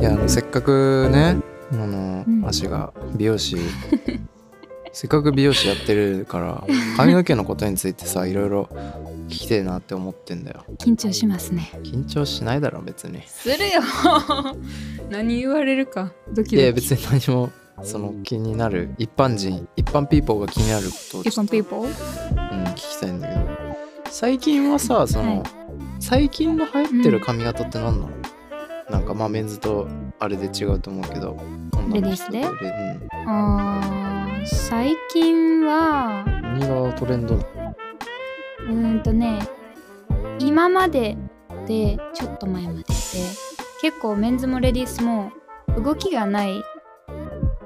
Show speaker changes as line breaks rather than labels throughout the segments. いやあのせっかくねあの
うん
足が美容師 せっかく美容師やってるから髪の毛のことについてさいろいろ聞きてえなって思ってんだよ
緊張しますね
緊張しないだろ別に
するよ 何言われるかドキ
いや
ドキ
別に何もその気になる一般人一般ピーポーが気になることをちょっと、うん、
people
聞きたいんだけど最近はさその、
はい
最近の流行ってる髪型って何なの、なんかまあメンズとあれで違うと思うけど
レディースで
女の人とレうん
あー最近は
何がトレンドなの
うーんとね今まででちょっと前までで結構メンズもレディースも動きがない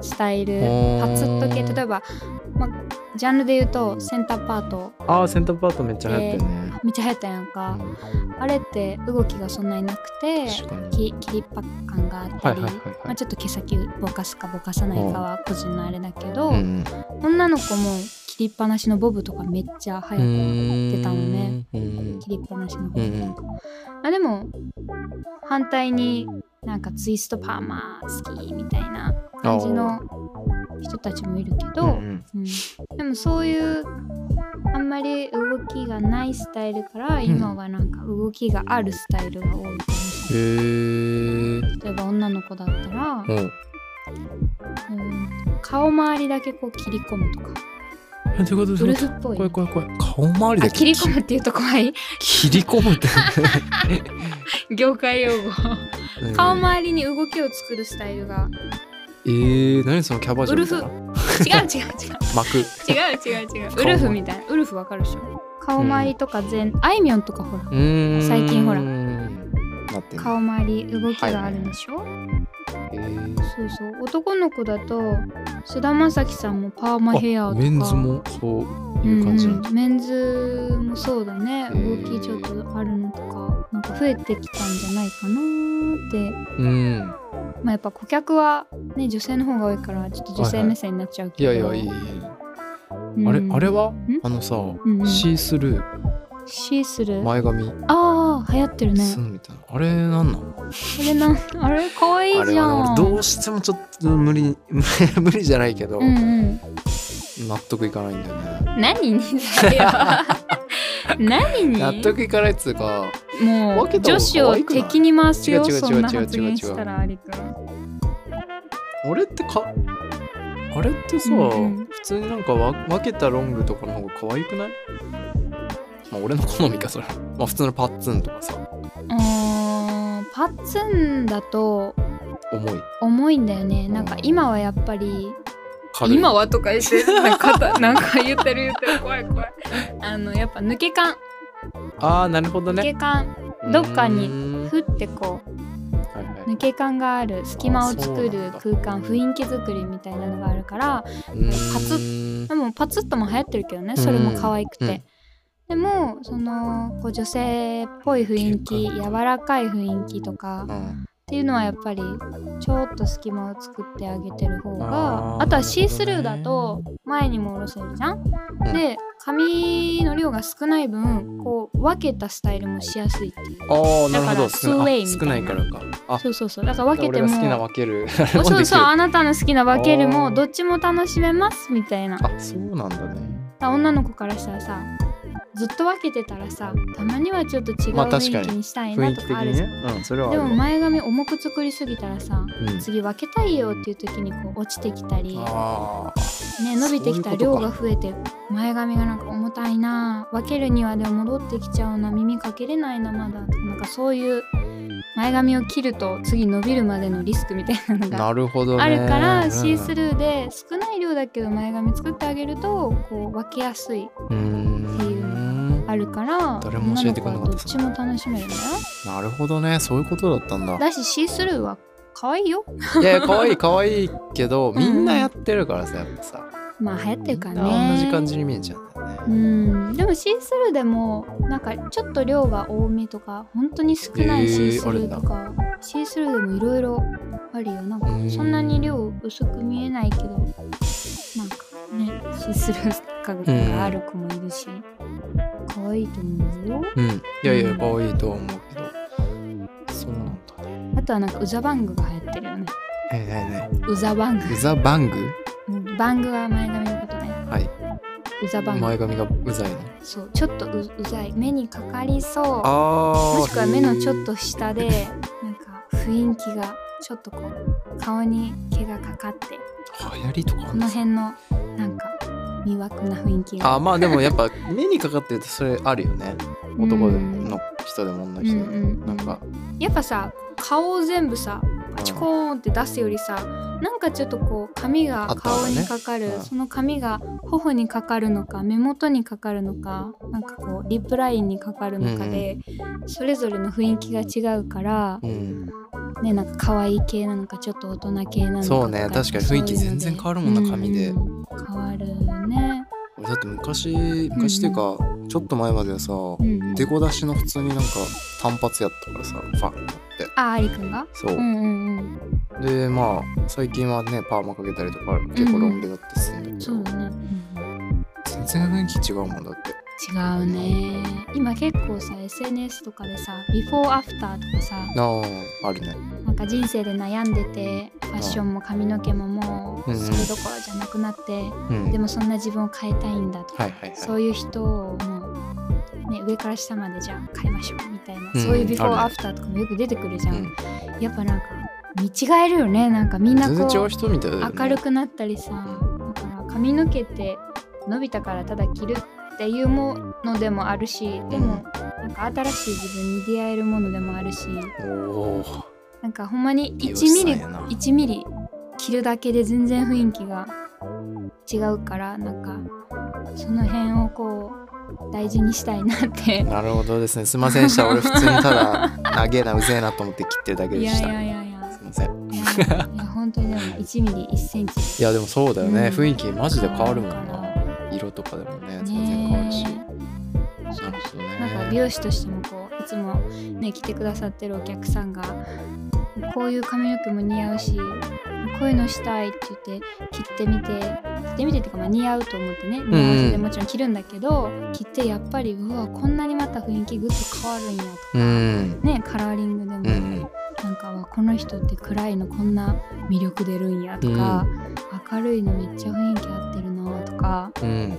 スタイル
ー
パツッと系例えば、ま、ジャンルで言うとセンターパート
ああセンターパートめっちゃ流行ってるね、
めっちゃ流行ったやんか、
うん
あれって動きがそんなになくて
確かに
き切りっぱ感があった
はい
り、
はいはい
ま
は
あ、
い
ちょっと毛先ぼかすかぼかさないかは個人のあれだけど、
うん
女の子も切りっぱなしのボブとかめっちゃ流
う
行ってたのね
んうん
切りっぱなしのボ
う
ブ、
ん
まあ、でも反対になんかツイストパーマ好きみたいな感じの人たちもいるけ
うん
ど、
うん
うん、でもそういうあんまり動きがないスタイルから今はなんか動きがあるスタイルが多いかもし
へえ
れない例えば女の子だったら、
もう
うん、顔周りだけこう切り込むとか
えどういうこと
ウ
どうい
ル
うこ
フっぽ
と
い
怖い怖い怖い顔周り
あ
だ
切
け
り込むっていうと怖い
切り込むって
業界用 語
うん
顔周りに動きを作るスタイルが
えー何そのキャバ嬢みたいな
ウ違う違う違う
幕
違う違う違う
顔
ウルフみたいなウルフわかるでしょ顔周りとか全、あいみょんとかほら
うーん
最近ほら
なってんだ
顔周り動きがあるでしょ、
へー
そうそう男の子だと菅田将暉さんもパーマヘア
あ
とか
メンズもそういう感じなん
うん
だ
うんメンズもそうだね
へー
動きちょっとあるのとかなんか増えてきたんじゃないかなーって
うん
まあやっぱ顧客はね女性の方が多いからちょっと女性目線になっちゃう
い
けど、
やいやいいいい
うん
あれあれは
ん
あのさ
んうん
シースルー
シースルー
前髪
ああ流行ってるね
すんみたいなあれなんなの
これなん あれ可愛
あ
い
れ
じゃん
はね俺どうしてもちょっと無理 無理じゃないけど
うんうん
納得いかないんだよね
何にだよ 何に
納得いかないっつうか
もう
分けた
女子
方が可
を
愛くない
敵に回すよ
違う違う違う違う違う
そんな発言したらありくん
あれってかあれってさ
うんうん
普通になんかわ分けたロングとかの方が可愛くないまあ俺の好みかそれまあ普通のパッツンとかさ
あーパッツンだと
重い
重いんだよねなんか今はやっぱり
軽い
はとか言ってなんか肩なんか言ってる言ってる怖い怖いあのやっぱ抜け感
ああなるほど
抜け
ね
感どっかに
うーん
ふってこう
はいはい
抜け感がある隙間を作る
あそ
空間雰囲気作りみたいなのがあるからパツ
ッ
でもパツッとも流行ってるけどねそれも可愛くて、
うんうん
でもそのこう女性っぽい雰囲気
抜け
柔
感
らかい雰囲気とか
うん
っていうのはやっぱりちょっと隙間を作ってあげてる方が
あ
あ
ー
とはシースルーだと前にも下ろせるじゃん。
ん
で髪の量が少ない分こう分けたスタイルもしやすいっていう。
ああなるほ
だから
ど
ツーウェイ
あ
み
少
た
ないい
な
からかあ
そうそうそうだから分けて
俺が 好きな
も
分ける
おそうそう
あ
あなたの好きな分けるも
あー
どっちも楽しめますみたいな
そうなんだね
女の子からしたらさずっと分けてたらさたまにはちょっと違う
まあ確
雰
か
囲
に
気にしたい
雰
な
囲
と
気的
かある
に
じ
ね
ゃん、
うんそれはあ
で
るわ
も前髪重く作りすぎたらさ
うん
次分けたいよっていう時にこう落ちてきたり、
あ
ね、伸びてきたら
そういう
量
ことか
が増えて前髪がなんか重たいな分けるにはでも戻ってきちゃうな耳かけれないなまだとかなんかそういう前髪を切ると次伸びるまでのリスクみたいなの
あ
が
なるほどね
あるから、
うん
シースルーで少ない量だけど前髪作ってあげるとこう分けやすいう
ーん
あるから
誰も教えてこなかった
女の子はどっちも楽しめるんだよ
なるほどねそういうことだったん だ
だしシースルーは可愛いよ
いやいや可愛い可愛いけど
ん
みんなやってるからさやっぱさ
まあ流行ってるから
みんな
ね
同じ感じに見えちゃうんだよ
う
ね
んでもシースルーでもなんかちょっと量が多めとか本当に少な
え
い
ー
シースルーとか、シースルーでもいろいろあるよなんか
うん
そんなに量薄く見えないけどなんかねシースルー感がある子もいるし、可愛いと思うよ
うんいやいや可愛いとは思うけどそうなんだね
あとはなんかうざバングが流行ってるよね
えないないう
ざバング
ウザバング
うんバングは前髪のことね
はいう
ざバング
前髪がうざいの
そうちょっとううざい目にかかりそう
あ
もしくは目のちょっと下でなんか雰囲気がちょっとこう顔に毛がかかって
流行りとかあ
こ
んの
の辺のなんか魅惑な雰囲気が
あまあでもやっぱ目にかかってるとそれあるよね男で
うん
の人でも女の人で
うんうんう
も
ん
なんか
やっぱさ顔を全部さパチコーンって出すよりさなんかちょっとこう髪が顔にか
あ
かる、
ったわねうん
その髪が頬にかかるのか目元にかかるのかなんかこうリップラインにかかるのかで、それぞれの雰囲気が違うから、
うん
ねなんか可愛い系なのかちょっと大人系なのか
そうね
と
確かに雰囲気全然変わるもんな髪で
うん変わるね、
俺だって昔昔っていうかちょっと前まではさ
うんうん
デコ出しの普通になんか単発やったからさファンって
あありくんが
そう
うんうんうん
でまあ最近はねパーマかけたりとか結構ロン毛だってするんだけ
そう
ど
だね、
全然雰囲気違うもんだって
違うね今結構さ SNS とかでさビフォーアフターとかさ
あああるね
なんか人生で悩んでてファッションも髪の毛もも
う
う
う
ん
ん
それどころじゃなくなって、
うん
でもそんな自分を変えたいんだとか、
はいはいはい
そういう人をもう、ね、上から下までじゃあ変えましょうみたいな、
うん
そういうビフォ
あるね
ーアフターとかもよく出てくるじゃん、
うん
やっぱなんか見違えるよねなんかみんな
全然違
こ
う
う
人みたいだよね
明るくなったりさ、だから髪の毛って伸びたからただ着るっていうものでもあるしでもなんか新しい自分に出会えるものでもあるし
おー
なんかほんまに
美容師
1
さ
ミ
ん
リ
やな
1ミリ着るだけで全然雰囲気が違うからなんかその辺をこう大事にしたいなって
なるほどですねすいません でした俺普通にただ長えなうぜえなと思って切ってるだけ
い
で
や
し
い
た
やいやいや
すいません
いやいや本当にでも1ミリ1セン
い
チ
やでもそうだよね、
うん
雰囲気マジで変わるもんな色とかでもね全然変わるし、
ね
なるほど
なんか
ね
美容師としてもこういつもね来てくださってるお客さんがこういう髪の毛も似合うしこういうのしたいって言って切ってみて切ってみてっていうかまあ似合うと思ってね
ん
似合わせてもちろん切るんだけど、切ってやっぱりうわこんなにまた雰囲気ぐっと変わるんやとか
うん
ねカラーリングでも、
うんうん
なんかわこの人って暗いのこんな魅力出るんやとか、明るいのめっちゃ雰囲気合ってるなとか
うん
ね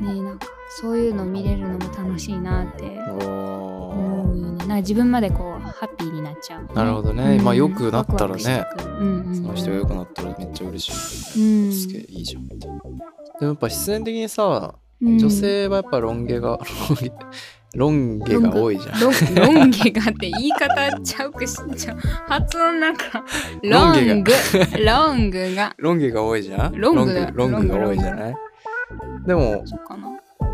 なんかそういうの見れるのも楽しいなって
お
思
ー
うよねなんか自分までこうハッピーになっちゃう、
なるほどね、
うん
まあ良くなったらね
ワクワクしてくるうんうんうん
その人が良くなったらめっちゃ嬉しい、
うん
すげえいいじゃんみたいなでもやっぱ必然的にさ
うん
女性はやっぱロン毛がロン毛ロン毛が多いじゃん
ロンロン毛がって言い方ちゃうくしちゃう発音なんか
ロ
ロ
ン
ン
毛
グロングが
ロン毛が多いじゃん
ロングだ
ロングロングが多いじゃないでも
そうかな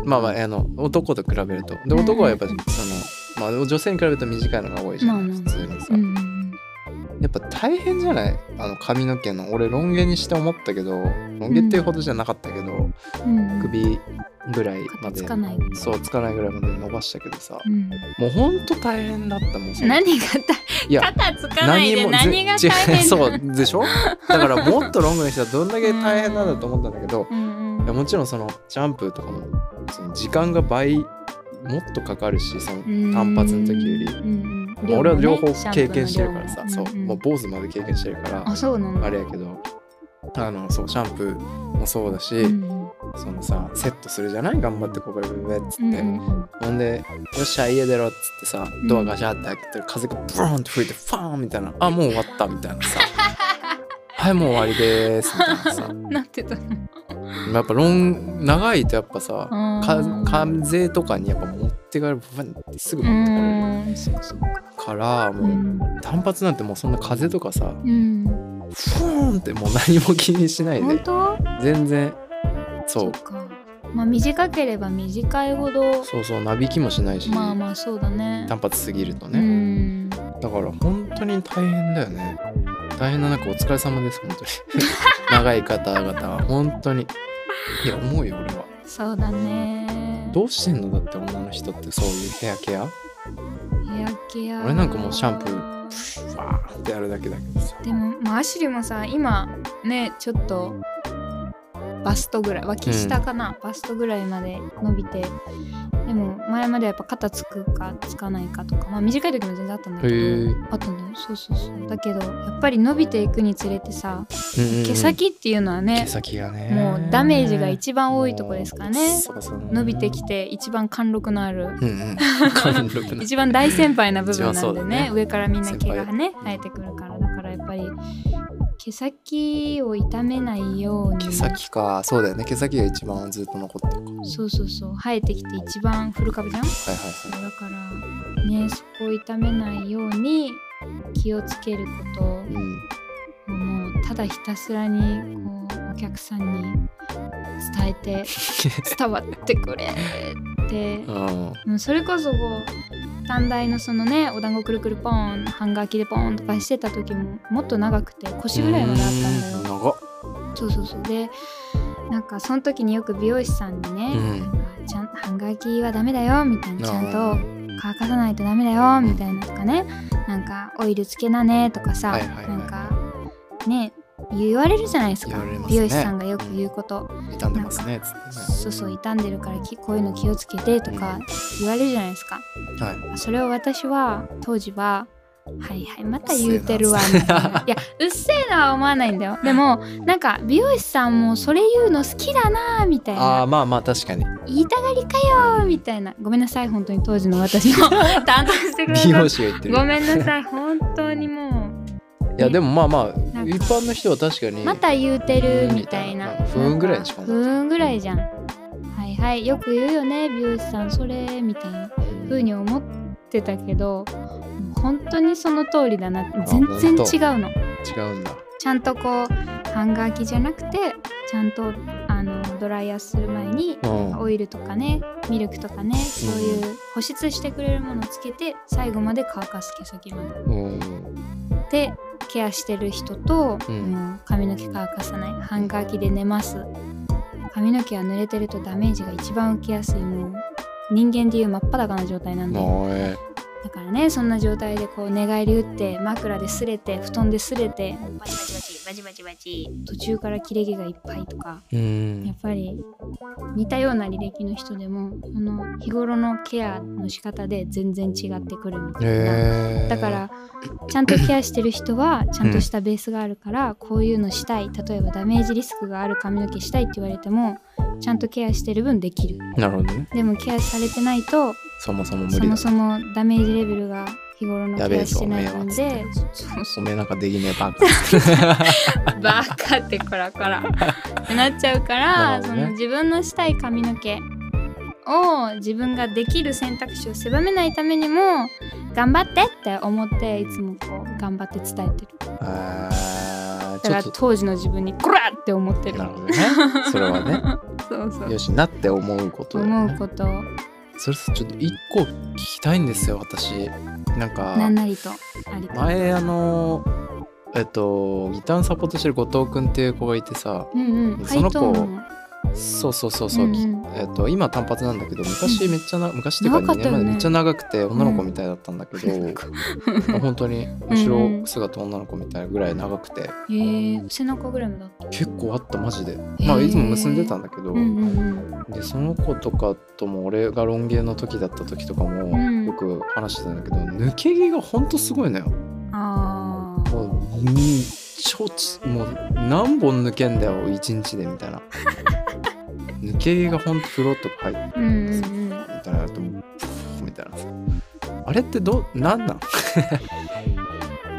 まあまああの男と比べるとで
うん
男はやっぱその、まあ、女性に比べると短いのが多いじゃん、
まあまあ
普通にさ、
うんうん
やっぱ大変じゃないあの髪の毛の俺ロン毛にして思ったけどロン毛っていうほどじゃなかったけど、
うんうん
首ぐらいまで
つかない
そうつかないぐらいまで伸ばしたけどさ
うん
もうほんと大変だったもんそれ
何が
いや
た肩つかないで何が
ぜ
大変
違う
な
そうでしょだからもっとロングにしたらどんだけ大変なんだと思ったんだけど、
うんう
いや
ん
もちろんそのシャンプーとかもその時間が倍もっとかかるしその
うん
単発の時より、
うんうん
まあ俺は両方
ねシャンプー
経
の
験してるからさ、
量も
そう、
んん
もう坊主まで経験してるから
あそうなんだ
あれやけどあのそうシャンプーもそうだし、
うんうん
そのさセットするじゃない頑張ってここでブブっつって、
うんうん
ほんで「よっしゃ家出ろ」っつってさドアガシャって開けたら風がブーンって吹いてファーンみたい な「あもう終わった」みたいなさ「はいもう終わりでーす」みたいなさ
うんなってたの
やっぱロン長いとやっぱさ
あ
か
ー
風とかにやっぱ持ってかれるブンってすぐ
う
持ってかれる
ーんそっかそっか
から
う
もうん単発なんてもうそんな風とかさ
うん
フーンってもう何も気にしない
本
で
当
全然
そ
そう
うかまあ短ければ短いほど
そうそうなびきもしないし
まあまあそうだね
単発すぎると
う
ね
ん
だから本当に大変だよね。大変な中お疲れ様です、 本当に。長い方々は本当に。いや、思うよ、俺は。
そうだね
どうしてんのだって女の人ってそういうヘア ケア
ヘアケア
俺なんかもうシャンプープシュワーってやるだけだけどさ。
でもまあアシュリもさ今ねちょっとバストぐらい脇下かな、バストぐらいまで伸びてでも前まではやっぱ肩つくかつかないかとかまあ短い時も全然あったんだけど、
へえ
あったのよそうそうそうだけどやっぱり伸びていくにつれてさ毛
毛
先っていうのはね
毛、先がね
もうダメージが一番多いとこですからね
そうかそうか
伸びてきて一番貫禄のあ
う
る
ん うん貫禄な
一番大先輩な部分
一番
な
そ
ん
う
で
だ
ね
ね
上からみんな毛がね生えてくるからだからやっぱり毛先を傷めないように
毛先かそうだよね毛先が一番ずっと残ってるか
そうそうそう生えてきて一番古株じゃんだ
はいはいはい
からねそこを傷めないように気をつけることを
うん
もうただひたすらにこうお客さんに伝えて伝わってくれって
うん
もうそれこそこう短大のそのねお団子くるくるポーンハンガー着でポーンとかしてた時ももっと長くて腰ぐらいまであったんだよ
長っ
そうそうそうでなんかその時によく美容師さんにね、
うん
ちゃんハンガー着はダメだよみたいなちゃん
あ
と
ー
乾かさないとダメだよみたいなとかねなんかオイルつけなねとかさ、
はいはいはい
なんかね言われるじゃないですか
言われますね
美容師さんがよく言うこと、
傷んでますねつっ
そうそう傷んでるからきこういうの気をつけてとか言われるじゃないですか、
てねはい
それを私は当時は「はいはいまた言うてるわ」みたいな「いや うっせえな」は思わないんだ よでもなんか美容師さんも「それ言うの好きだな」みたい
あ
な
あまあまあ確かに
「言いたがりかよ」みたいなごめんなさい本当に当時の私の担当してくだ
美
さ
容
っ
師が言って
て
る
ごめんなさい本当にも
いやでもまあまあ
なんか
一般の人は確かに
う「また言うてる」みたいな
うん不運ぐらいにしか
な
思
ん
っ
か
て
不
ない
運ぐらいじゃんはいはいよく言うよね美容師さんそれみたいなふうに思ってたけど本当にその通りだな全然違うの
違うんだ
ちゃんとこうハンガー着じゃなくてちゃんとあのドライヤーする前に
うん
オイルとかねミルクとかねそういう保湿してくれるものをつけて最後まで乾かす毛先まで
うん
でケアしてる人と、
うん
もう髪の毛乾かさないハンガー着で寝ます髪の毛は濡れてるとダメージが一番受けやすいもう人間でいう真っ裸な状態なんで
もうえ
だからねそんな状態でこう寝返り打って枕で擦れて布団で擦れてバチバチバチバチバチバチ途中から切れ毛がいっぱいとか
う
やっ
ん
ぱり似たような履歴の人でもこの日頃のケアの仕方で全然違ってくるみたいな。
へえ
だからちゃんとケアしてる人はちゃんとしたベースがあるからこういうのしたい例えばダメージリスクがある髪の毛したいって言われてもちゃんとケアしてる分できる
なるほどね
でもケアされてないと
そもそも無
そ
理だ
もそもダメージレベルが日頃の
や
ケ
べえ
アし
ぞ
て
お
な
め
い
え
の
はつっ
で
て
そうそ
お
う
めえなんかできねえバカ
バカってこらこらってなっちゃうか
な
ら、
る
そ
ほどね
の自分のしたい髪の毛を自分ができる選択肢を狭めないためにも頑張ってって思っていつもこう頑張って伝えてる
あー
だ
ちょ
か
っ
ら
と
当時の自分にこらって思ってる
なるほどねそれは ね
そうそう
よしなって思うことだよね
思うことを
それさちょっと一個聞きたいんですよ私なんか
何なりとありと
前あのえっとギターのサポートしてる後藤君っていう子がいてさ
うんうん
その子
ハイトーンの
そうそうそうそう、
うんうん
きえっと、今単発なんだけど昔めっちゃな、昔っていうか
長かっ
2
たよ
年前
ね
めっちゃ長くて女の子みたいだったんだけど、 本当に後ろ姿女の子みたいなぐらい長くて
へえ背中ぐらいまであった
結構あったマジで、
へ
まあ、
ー
いつも結んでたんだけど、
うんうんうん
でその子とかとも俺がロン毛の時だった時とかも
ん
よく話してたんだけど、抜け毛がほんとすごいのよ。
ああ
もううんちょちもう何本抜けんだよ一日でみたいな 抜け毛がほんと風呂とか入って
うんうんうん
みたいなともうプフみたいなさあれってどうなん なん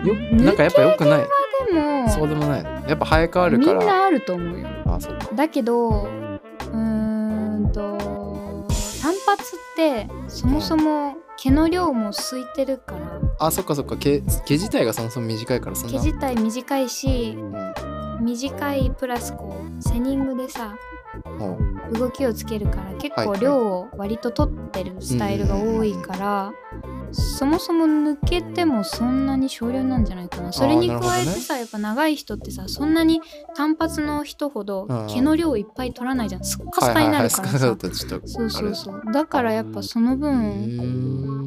よなんかやっぱ良くない
でも
そうでもないやっぱ生え変わる
み
か
ん
ら
なあると思うよ
あそっか
だけどうーんと単発ってそもそも毛の量も空いてるから
あそっかそっか毛毛自体がそもそも短いからそん
毛
な
自体短いし
う
短いプラスこうセニングでさ
んも
動きをつけるから結
はい
構
はい
量を割と取ってるスタイルが多いから、そもそも抜けてもそんなに少量なんじゃないかなそれに
なるほど
加え
ね
てさ、やっぱ長い人ってさそんなに単発の人ほど
うん
毛の量をいっぱい取らないじゃんすっ
う
かすかにな
はいは
るから
い
さ、
はいスカスカだったらちょっと
そうそう
う
そうだからやっぱその分、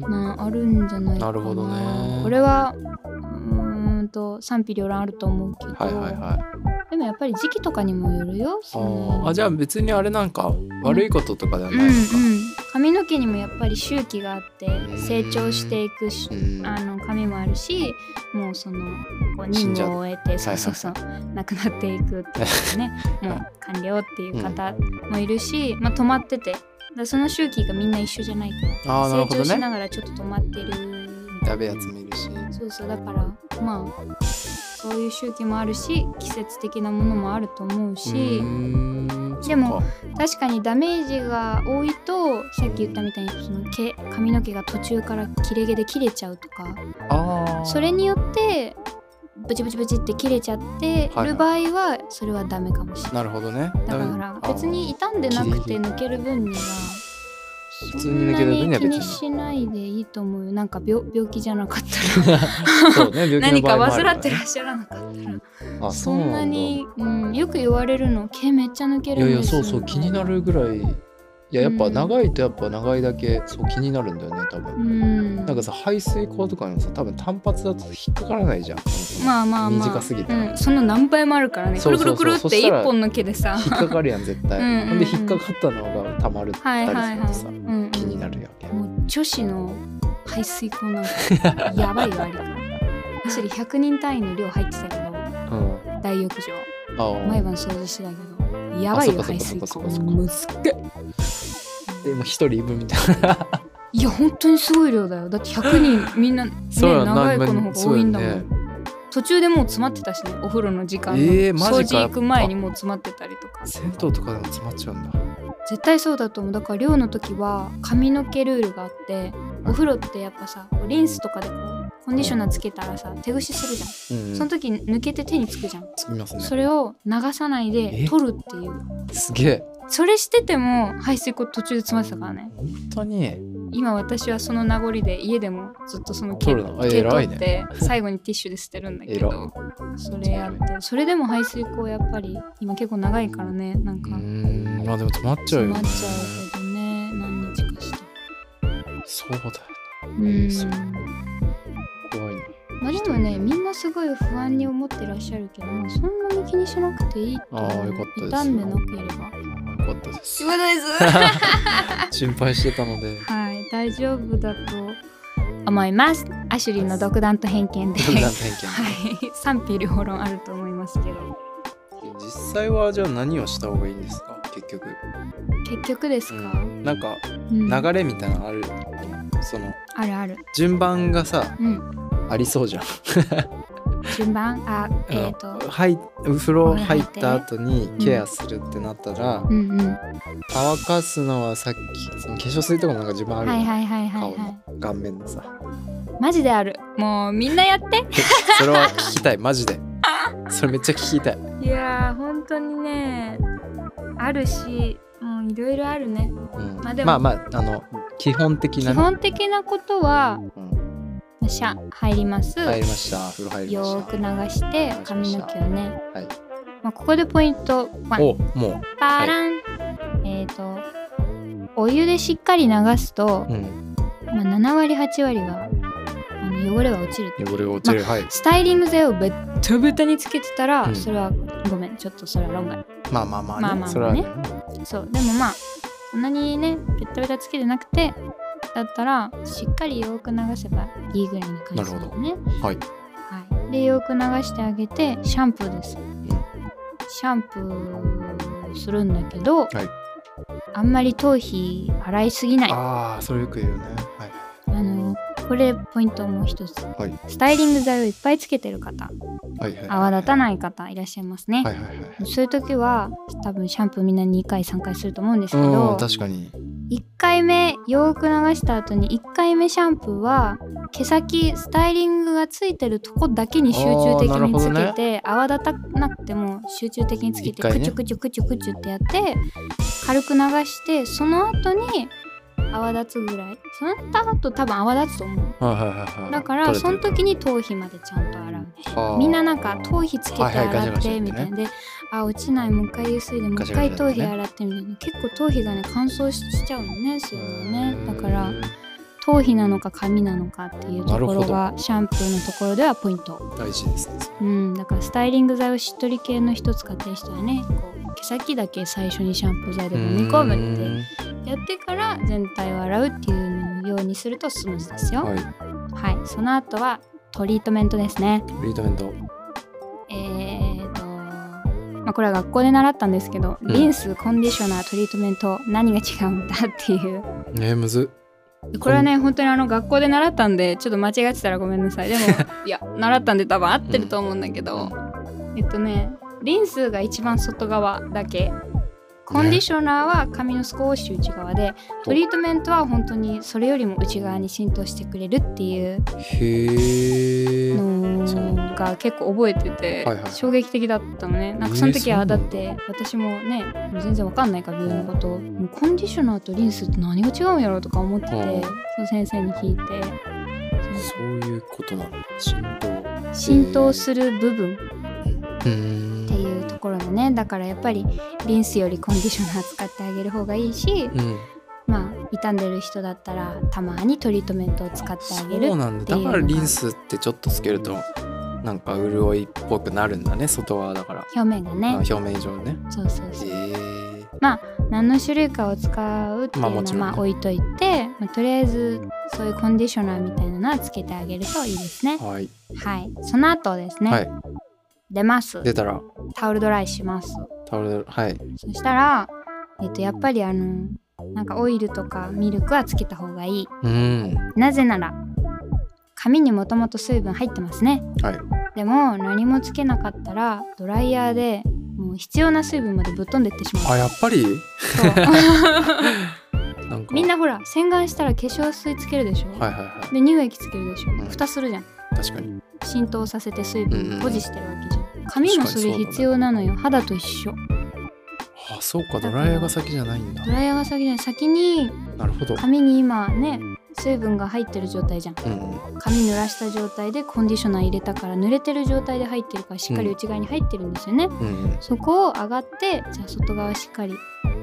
ん
なあるんじゃないかな
なるほどね
これはうーんと賛否両論あると思うけど、
はいはいはい
でもやっぱり時期とかにもよるよ
あ
その
ーあじゃあ別にあれなんか悪いこととかでは
う
なんいうのか、
ん髪の毛にもやっぱり周期があって成長していくし
うん
あの髪もあるしもうそのこう
死
任
んじゃう
務を終えてそうそうそうなくなっていくっていう ねもう完了っていう方もいるし、まあ、止まっててだからその周期がみんな一緒じゃないから
ああなる
成
ほ
長
ど
し
ね
ながらちょっと止まってるみたいな
やべえやつもいるし
そうそうだからまあそういう周期もあるし季節的なものもあると思う
う
し、
ーん
でも
そっか
確かにダメージが多いとさっき言ったみたいにその毛髪の毛が途中から切れ毛で切れちゃうとか
ああ
それによってブチブチブチって切れちゃって
はい
る場合はそれはダメかもしれな
な
い。
るほどね
だから別に傷んでなくて抜ける分には
普
そ
通に
ん
抜
な
ける分に
に
は別
気
に
にしないでいいと思うよなんか病病気じゃ なかったら
あーそうね病気の
何
場合
か
もあるら
患
ね
ってらっしゃらなかったら
あ
そ
うんだ
なにうんよく言われるの毛めっちゃ抜け
い
る
や
ん
い
で
や
す
そ
よ
うそう気になるぐらいいややっぱ長いとやっぱ長いだけそう気になるんだよね多
う
分
ん
なんかさ排水口とかのさ多分単発だと引っかからないじゃん
まあまあまあ
短すぎたら
うん、その何倍もあるからねく
そう
る
そ
く
うそ
る
う
くるっ
そ
て
した
一
ら
本抜けでさ
引っかかるやん絶対
うんうんうん
ほんで引っかかったのがたまるっ
は
た
い
り
は
す
い
る
は
と
い、
さ
うんうん
気になるやんけ
もう女子の排水口なん かやばいよあれむしろ100人単位の量入ってたけど
うん
大浴
あ
場
ー
毎晩掃除してたけどやばいよ
あそっかそ
排水
っか
口
そっかそっか
もうむずっげ
でも一人分みたいな
いや本当にすごい量だよだって100人みんな、ね、
そうやんな
長い子の方が
そ
多
う
い
や
ん
ん
だ
ね
もん、途中でもう詰まってたしねお風呂の時間の、
えーマジか
掃除行く前にもう詰まってたりとか
銭湯とかでも詰まっちゃうんだ
絶対そうだと思うだから寮の時は髪の毛ルールがあってお風呂ってやっぱさリンスとかでこうコンディショナーつけたらさ手ぐしするじゃん
うん
その時抜けて手につくじゃん、
つきます
そ
ね
れを流さないで
え
取るっていう
すげえ
それしてても排水口途中で詰まってたからね
本当に
今私はその名残で家でもずっとその毛
取るのえ
毛
偉
取
い
っ
ね
て最後にティッシュで捨てるんだけどそれやってそれでも排水口やっぱり今結構長いからねなん
う
か
ーんまあでも詰まっちゃう
詰
よ
ま
ね
っちゃうけどね何日かして
そうだよね
うん
そう怖いね
まあでもねみんなすごい不安に思ってらっしゃるけどもそんなに気にしなくていいって
あーよかったです
傷んでなければ
よかったです
仕事です
心配してたので
はい大丈夫だと思いますアシュリーの独断と偏見で
独断
は
偏
い賛否両論あると思いますけど
見実際はじゃあ何をした方がいいんですか結局、
結局です
う
か、
ん、なんか
うん
流れみたいなのある、その
あるある
順番がさ
うん
ありそうじゃん
順番あえっ、
あ
と
のはいお風呂入った
お
後にケアするってなったら、
うんうん
乾かすのはさっきその化粧水とかもなんか自分あ
は
る
い
よね、
はいはいはい
顔
は
の顔面のさ
いマジであるもうみんなやって
それは聞きたいマジでそれめっちゃ聞きたい
いやー本当にねあるしもういろいろあるね
うん
まあでも
まあまああの基本的
基
なね、
本的なことは
うん
シャ入ります、
入りました風呂入りま
よ
し
ーく流して
はい
髪の毛をね、
たはい
まあ、ここでポイントワン
おも
パーラン、えっ、とお湯でしっかり流すと
う、う、ん、
まあ、7割8割があの汚れが落ちるっていう
汚れが落ちる、はい
スタイリング剤をベッタベタにつけてたら、
うん
それはごめんちょっとそれは論外
まあまあまあね、
まあまあまあね
それはね
そうでもまあそんなにねベッタベタつけてなくてだったらしっかりよく流せばいいぐらいの感じだよね
はい
はい、でよく流してあげてシャンプーですシャンプーするんだけど、あんまり頭皮洗いすぎないあ
ああそれよく言うねはい
のこれポイントもう一つ
はい
スタイリング剤をいっぱいつけてる方
はいはい
泡立たない方いらっしゃいますね、
はいはいはい
そういう時は多分シャンプーみんな2回3回すると思うんですけ
うん
ど
確かに
1回目よーく流した後に1回目シャンプーは毛先スタイリングがついてるとこだけに集中的
あーなる
に
ほ
つ
ど
け
ね
て、泡立たなくても集中的につけて、
一回
ク
ね
チュクチュクチュクチュってやって軽く流してその後に泡立つぐらいその後と多分泡立つと思う
はいはいはいはい
だからそ
取
の
れて
時に頭皮までちゃんと洗う
るはあ
みんななんか頭皮つけて
はいはいガシャ
洗っ
ガシャ
て
やって
み
ね
たいなで、あ落ちないもう一回ゆすいでもう
ガ
一
シャガシ
回
ャ
頭
やって
皮
ね
洗ってみたいな結構頭皮がね乾燥しちゃうのねそういうのねだか
う
ら
ん
頭皮なのか髪なのかっていうところ
な
がシャンプーのところではポイント
大事ですね
うんだからスタイリング剤をしっとり系の一つ買ってる人はねこう毛先だけ最初にシャンプー剤で揉み込むって
う
やってから全体を洗うっていうようにするとスムーズですよ。
はい
はい、その後はトリートメントですね。
トリートメント
えーと、まあ、これは学校で習ったんですけど、
ん
リンス、コンディショナー、トリートメント、何が違うんだっていう。
ねむず
これはね、本当にあの学校で習ったんで、ちょっと間違ってたらごめんなさい。でも、いや、習ったんで多分合ってると思うんだけど、えっとね、リンスが一番外側だけ。コンディショナーは髪の少し内側で、トリートメントは本当にそれよりも内側に浸透してくれるっていう
へえ
のが結構覚えてて
はいはい
衝撃的だったのねなんかその時
えーそうな
は
んだ
だって私もねもう全然わかんないから病院のこともうコンディショナーとリンスって何が違うんやろうとか思ってて
う
そ
ん
の先生に聞いて
そういうことなの浸透
浸透する部分
う
っ
ー
て
ん
いうところだねだからやっぱりリンスよりコンディショナー使ってあげる方がいいし
うん
まあ傷んでる人だったらたまにトリートメントを使ってあげる
そうなんだだからリンスってちょっとつけるとなんか潤いっぽくなるんだね外側だから、
表面が
あ
ね
表面以上ね
そうそうそう
へえ
何の種類かを使うっていう
まあもちろ
の
んね
はまあ置いといて、まあとりあえずそういうコンディショナーみたいなのはつけてあげるといいですね
はい、
はいその後ですね、
はい
出ます
出たら
タオルドライします
タオルはい
そしたらえっとやっぱりあのなんかオイルとかミルクはつけた方がいい
うん
なぜなら髪にもともと水分入ってますね
はい
でも何もつけなかったらドライヤーでもう必要な水分までぶっ飛んでってしまう
あやっぱり
そう
なんか
みんなほら洗顔したら化粧水つけるでしょ、
はいはいは
で乳液つけるでしょ、
ん
蓋するじゃん
い確かに
浸透させて水
うんうん
分保持してるわけじゃん、髪もそ
確かにそう
れ
だね
必要なのよ肌と一緒
あそうかドライヤーが先じゃないんだ
ドライヤーが先じゃない先に
なるほど
髪に今ね水分が入ってる状態じゃん
うんうん
髪濡らした状態でコンディショナー入れたから濡れてる状態で入ってるからしっかり内側に入ってるんですよね、
うんうん
そこを上がってじゃあ外側しっかり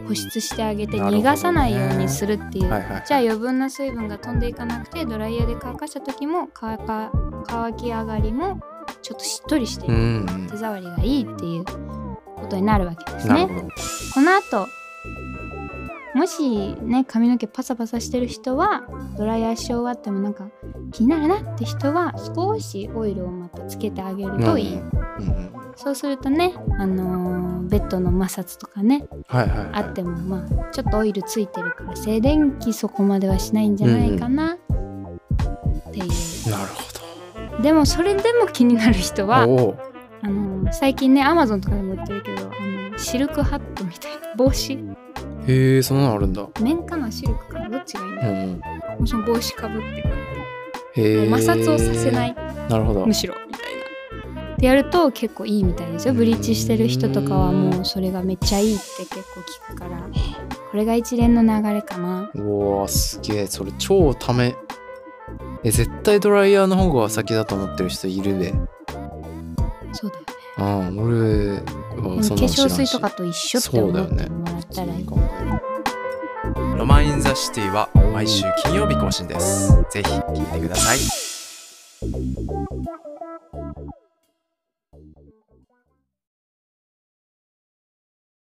保湿してあげて
なるほどね
逃がさないようにするっていう、
はいはい
じゃあ余分な水分が飛んでいかなくてドライヤーで乾かした時も乾か乾き上がりもちょっとしっとりして
うんうん
手触りがいいっていうことになるわけです
なる
ね
ほ。ど
この後もしね髪の毛パサパサしてる人はドライヤーし終わってもなんか気になるなって人は少しオイルをまたつけてあげるとい
う
い。
んうんうん
そうするとね、あのーベッドの摩擦とかね
はいはいはい
あってもまあちょっとオイルついてるから静電気そこまではしないんじゃないかな、っていう
なるほ
でもそれでも気になる人
ど
は
おお
あのー最近ねアマゾンとかでも売ってるけどあのシルクハットみたいな帽子
へえそんなのあるんだう
綿かなシルクかなどっちがいいん
んう
だろ
ん
うもうその帽子かぶってくる
へえ
摩擦をさせない
なるほど
むしろみたいな。でやると結構いいみたいですよブリーチしてる人とかはもうそれがめっちゃいいって結構聞くからこれが一連の流れかな
うわーすげえそれ超ためえ絶対ドライヤーの方が先だと思ってる人いるで
そうだよね
うん俺
で
はそんなの
も化
知ら
粧
んし
水とかと一緒って
そうだよ
思っ
ね
てもらったらいい
ロマン・イン・ザ・シティは毎週金曜日更新ですぜひ聞いてください